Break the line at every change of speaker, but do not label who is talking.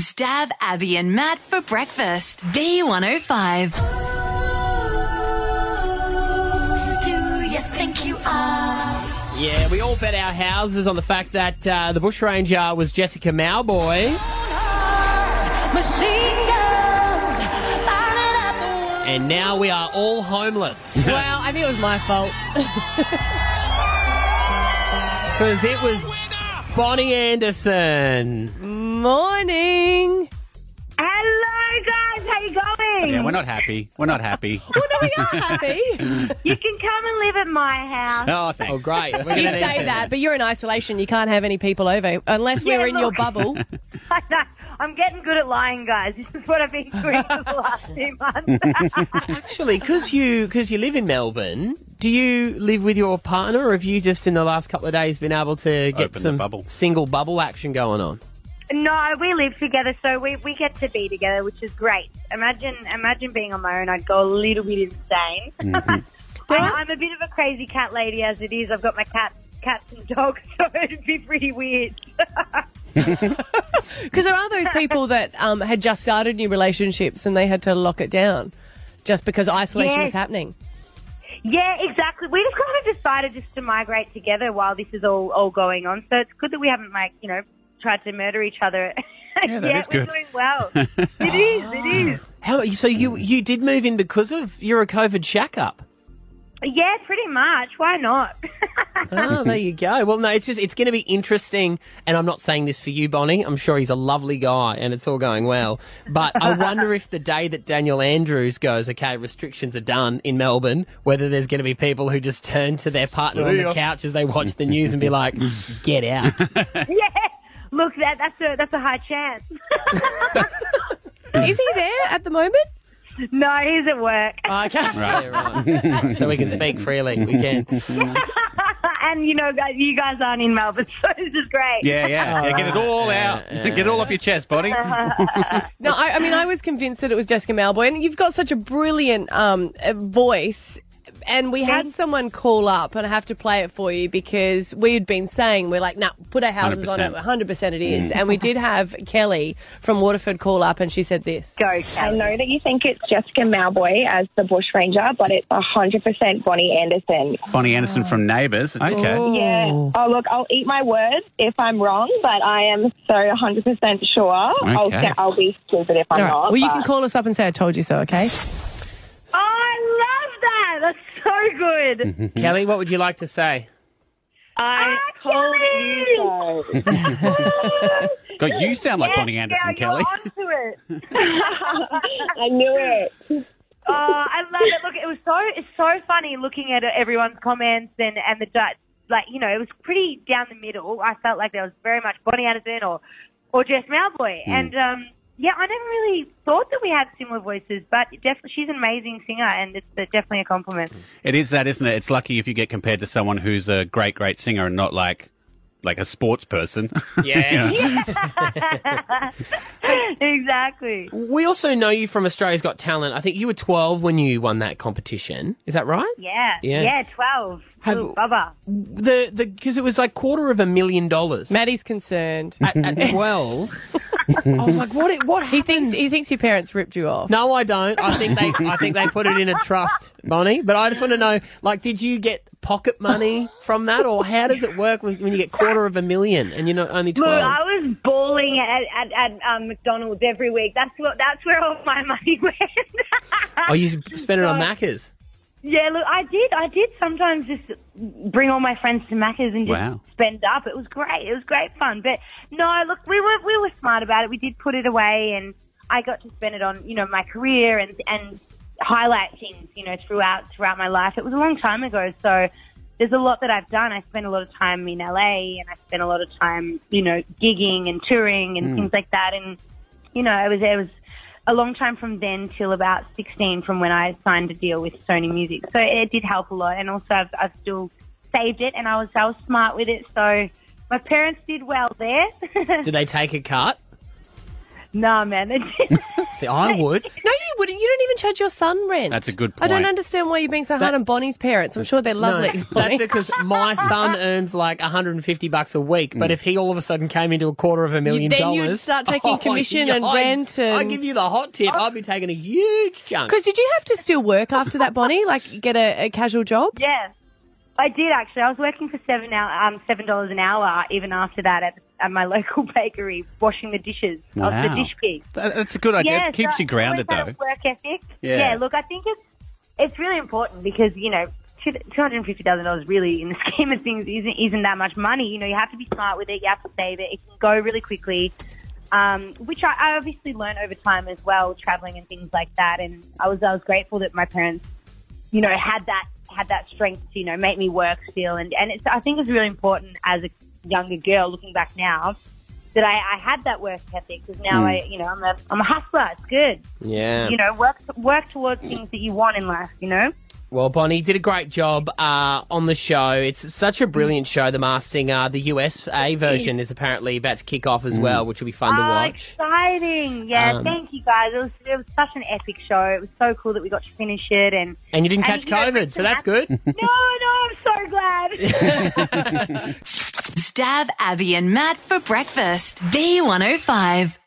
Stav, Abby, and Matt for breakfast. B105.
Do you think you are?
Yeah, we all bet our houses on the fact that uh, the bushranger was Jessica Mowboy,
Machine guns, firing at the world.
and now we are all homeless
Well, I think it was my fault.
because it was Bonnie Anderson.
Morning.
Hello, guys. How you going?
Yeah, we're not happy. We're not happy.
Oh, No, we are happy. you
You can come and live at my house.
oh, thanks.
Oh, great! We're gonna need
say
to-
that, but you're in isolation. You can't have any people over unless we're
Yeah,
in your
look.
bubble.
I know. I'm getting good at lying, guys. This is what I've been doing for the last few months.
Actually, because you because you live in Melbourne, do you live with your partner, or have you just in the last couple of days been able to get
Open the
some
bubble.
single bubble action going on?
no, we live together, so we, we get to be together, which is great. Imagine imagine being on my own. I'd go a little bit insane.
Mm-hmm.
I, I'm a bit of a crazy cat lady as it is. I've got my cats, cats and dogs, so it'd be pretty weird.
Because there are those people that um, had just started new relationships and they had to lock it down just because isolation
Yes.
was happening.
Yeah, exactly. We just kind of decided just to migrate together while this is all, all going on. So it's good that we haven't like you know tried to murder each other.
Yeah, that is
we're
good. Mm.
doing well. it is, it is.
How so? You you did move in because of you're a COVID shack up.
Yeah, pretty much. Why not?
Oh, there you go. Well, no, it's just it's going to be interesting, and I'm not saying this for you, Bonnie. I'm sure he's a lovely guy, and it's all going well. But I wonder if the day that Daniel Andrews goes, okay, restrictions are done in Melbourne, whether there's going to be people who just turn to their partner on the couch as they watch the news and be like, "Get out."
yeah. Look, that that's a that's a high chance.
Is he there at the moment?
no, he's at work,
Oh, Okay, Yeah, right. so we can speak freely. We can.
and you know, guys, you guys aren't in Melbourne, so this is great.
Yeah, yeah. yeah get it all out. get it all up your chest, buddy.
No, I, I mean, I was convinced that it was Jessica Malboy, and you've got such a brilliant um, uh, voice. And we had someone call up, and I have to play it for you because we had been saying, we're like, nah, put our houses on it,
100%.
100% it is.
Mm.
And we did have Kelly from Waterford call up, and she said this.
Go,
I
Kelly.
know that you think it's Jessica Malboy as the bushranger, but it's 100% Bonnie Anderson.
Bonnie Anderson from Neighbours. Okay.
Yeah. Oh, look, I'll eat my words if I'm wrong, but I am so 100% sure.
Okay.
I'll, I'll be stupid if I'm
All right.
not.
Well, you
but-
can call us up and say, I told you so, okay?
Oh, I love that. That's so
Mm-hmm.
good.
Kelly, what would you like to say?
I
Ah,
told you
God, you sound like Bonnie Anderson, Kelly.
You're onto it.
I knew it.
Oh, I love it. Look, it was so it's so funny looking at everyone's comments and and the judge. Like you know, it was pretty down the middle. I felt like there was very much Bonnie Anderson or or Jess Malboy, and um, yeah, I never really thought that we had similar voices, but definitely she's an amazing singer, and it's definitely a compliment.
It is that, isn't it? It's lucky if you get compared to someone who's a great, great singer and not like like a sports person.
Yeah.
exactly.
We also know you from Australia's Got Talent. I think you were 12 when you won that competition. Is that right?
Yeah.
Yeah.
Yeah. Twelve.
Have-
Ooh, Bubba.
the the because it was like quarter of a million dollars
Maddie's concerned.
at, at twelve. I was like, what? it- What?
He
hap-
thinks he thinks your parents ripped you off.
No, I don't. I think they I think they put it in a trust, Bonnie. But I just want to know, like, did you get pocket money from that, or how does it work when when you get quarter of a million and you're not only
Look,
twelve?
I was bawling at, at, at um, McDonald's every week. That's what. That's where all my money went.
Oh, you s- spent it on Macca's.
Yeah, look, I did. I did sometimes just bring all my friends to Macca's and just
Wow.
spend up. It was great. It was great fun. But no, look, we were we were smart about it. We did put it away, and I got to spend it on you know my career and and highlight things you know throughout throughout my life. It was a long time ago, so there's a lot that I've done. I spent a lot of time in LA, and I spent a lot of time you know gigging and touring and things like that. And you know, it was it was a long time from then till about 16 from when I signed a deal with Sony Music. So it did help a lot, and also I've, I've still saved it, and I was I was smart with it. So my parents did well there.
Did they take a cut?
nah, man, they did.
See, I would.
No, you wouldn't. You don't even charge your son rent.
That's a good
I don't
point.
understand why you're being so hard
That-
on Bonnie's parents. I'm sure they're lovely.
No, that's because my son earns like 150 bucks a week. But if he all of a sudden came into a quarter of a million
then
dollars,
you'd start taking commission and
I'd-
rent and- Oh.
I'd give you the hot tip. I'd be taking a huge chunk.
Because did you have to still work after that, Bonnie? Like get a, a casual job?
Yeah, I did actually. I was working for seven hour, um, seven dollars an hour even after that at, at my local bakery, washing the dishes. I was the
Wow.
dish pig.
That- that's a good idea.
Yeah,
it keeps
so
you grounded,
always had
though.
a Work ethic.
Yeah.
Yeah. Look, I think it's it's really important because you know. Two hundred fifty thousand dollars, really, in the scheme of things, isn't isn't that much money. You know, you have to be smart with it. You have to save it. It can go really quickly, um, which I, I obviously learned over time as well, traveling and things like that. And I was I was grateful that my parents you know, had that had that strength to, you know, make me work still. And and it's I think it's really important as a younger girl looking back now that I, I had that work ethic because now I, you know, I'm a I'm a hustler. It's good,
yeah.
you know, work work towards things that you want in life. You know,
Well, Bonnie you did a great job uh, on the show. It's such a brilliant show, The Masked Singer. The USA version is apparently about to kick off as well, which will be fun to
Ah,
watch.
exciting! Yeah,
Um,
thank you guys. It was it was such an epic show. It was so cool that we got to finish it and.
And you didn't
and,
catch
you know,
COVID,
it's
so that's good.
no, no, I'm so glad.
oh Stab Abby and Matt for breakfast. B105.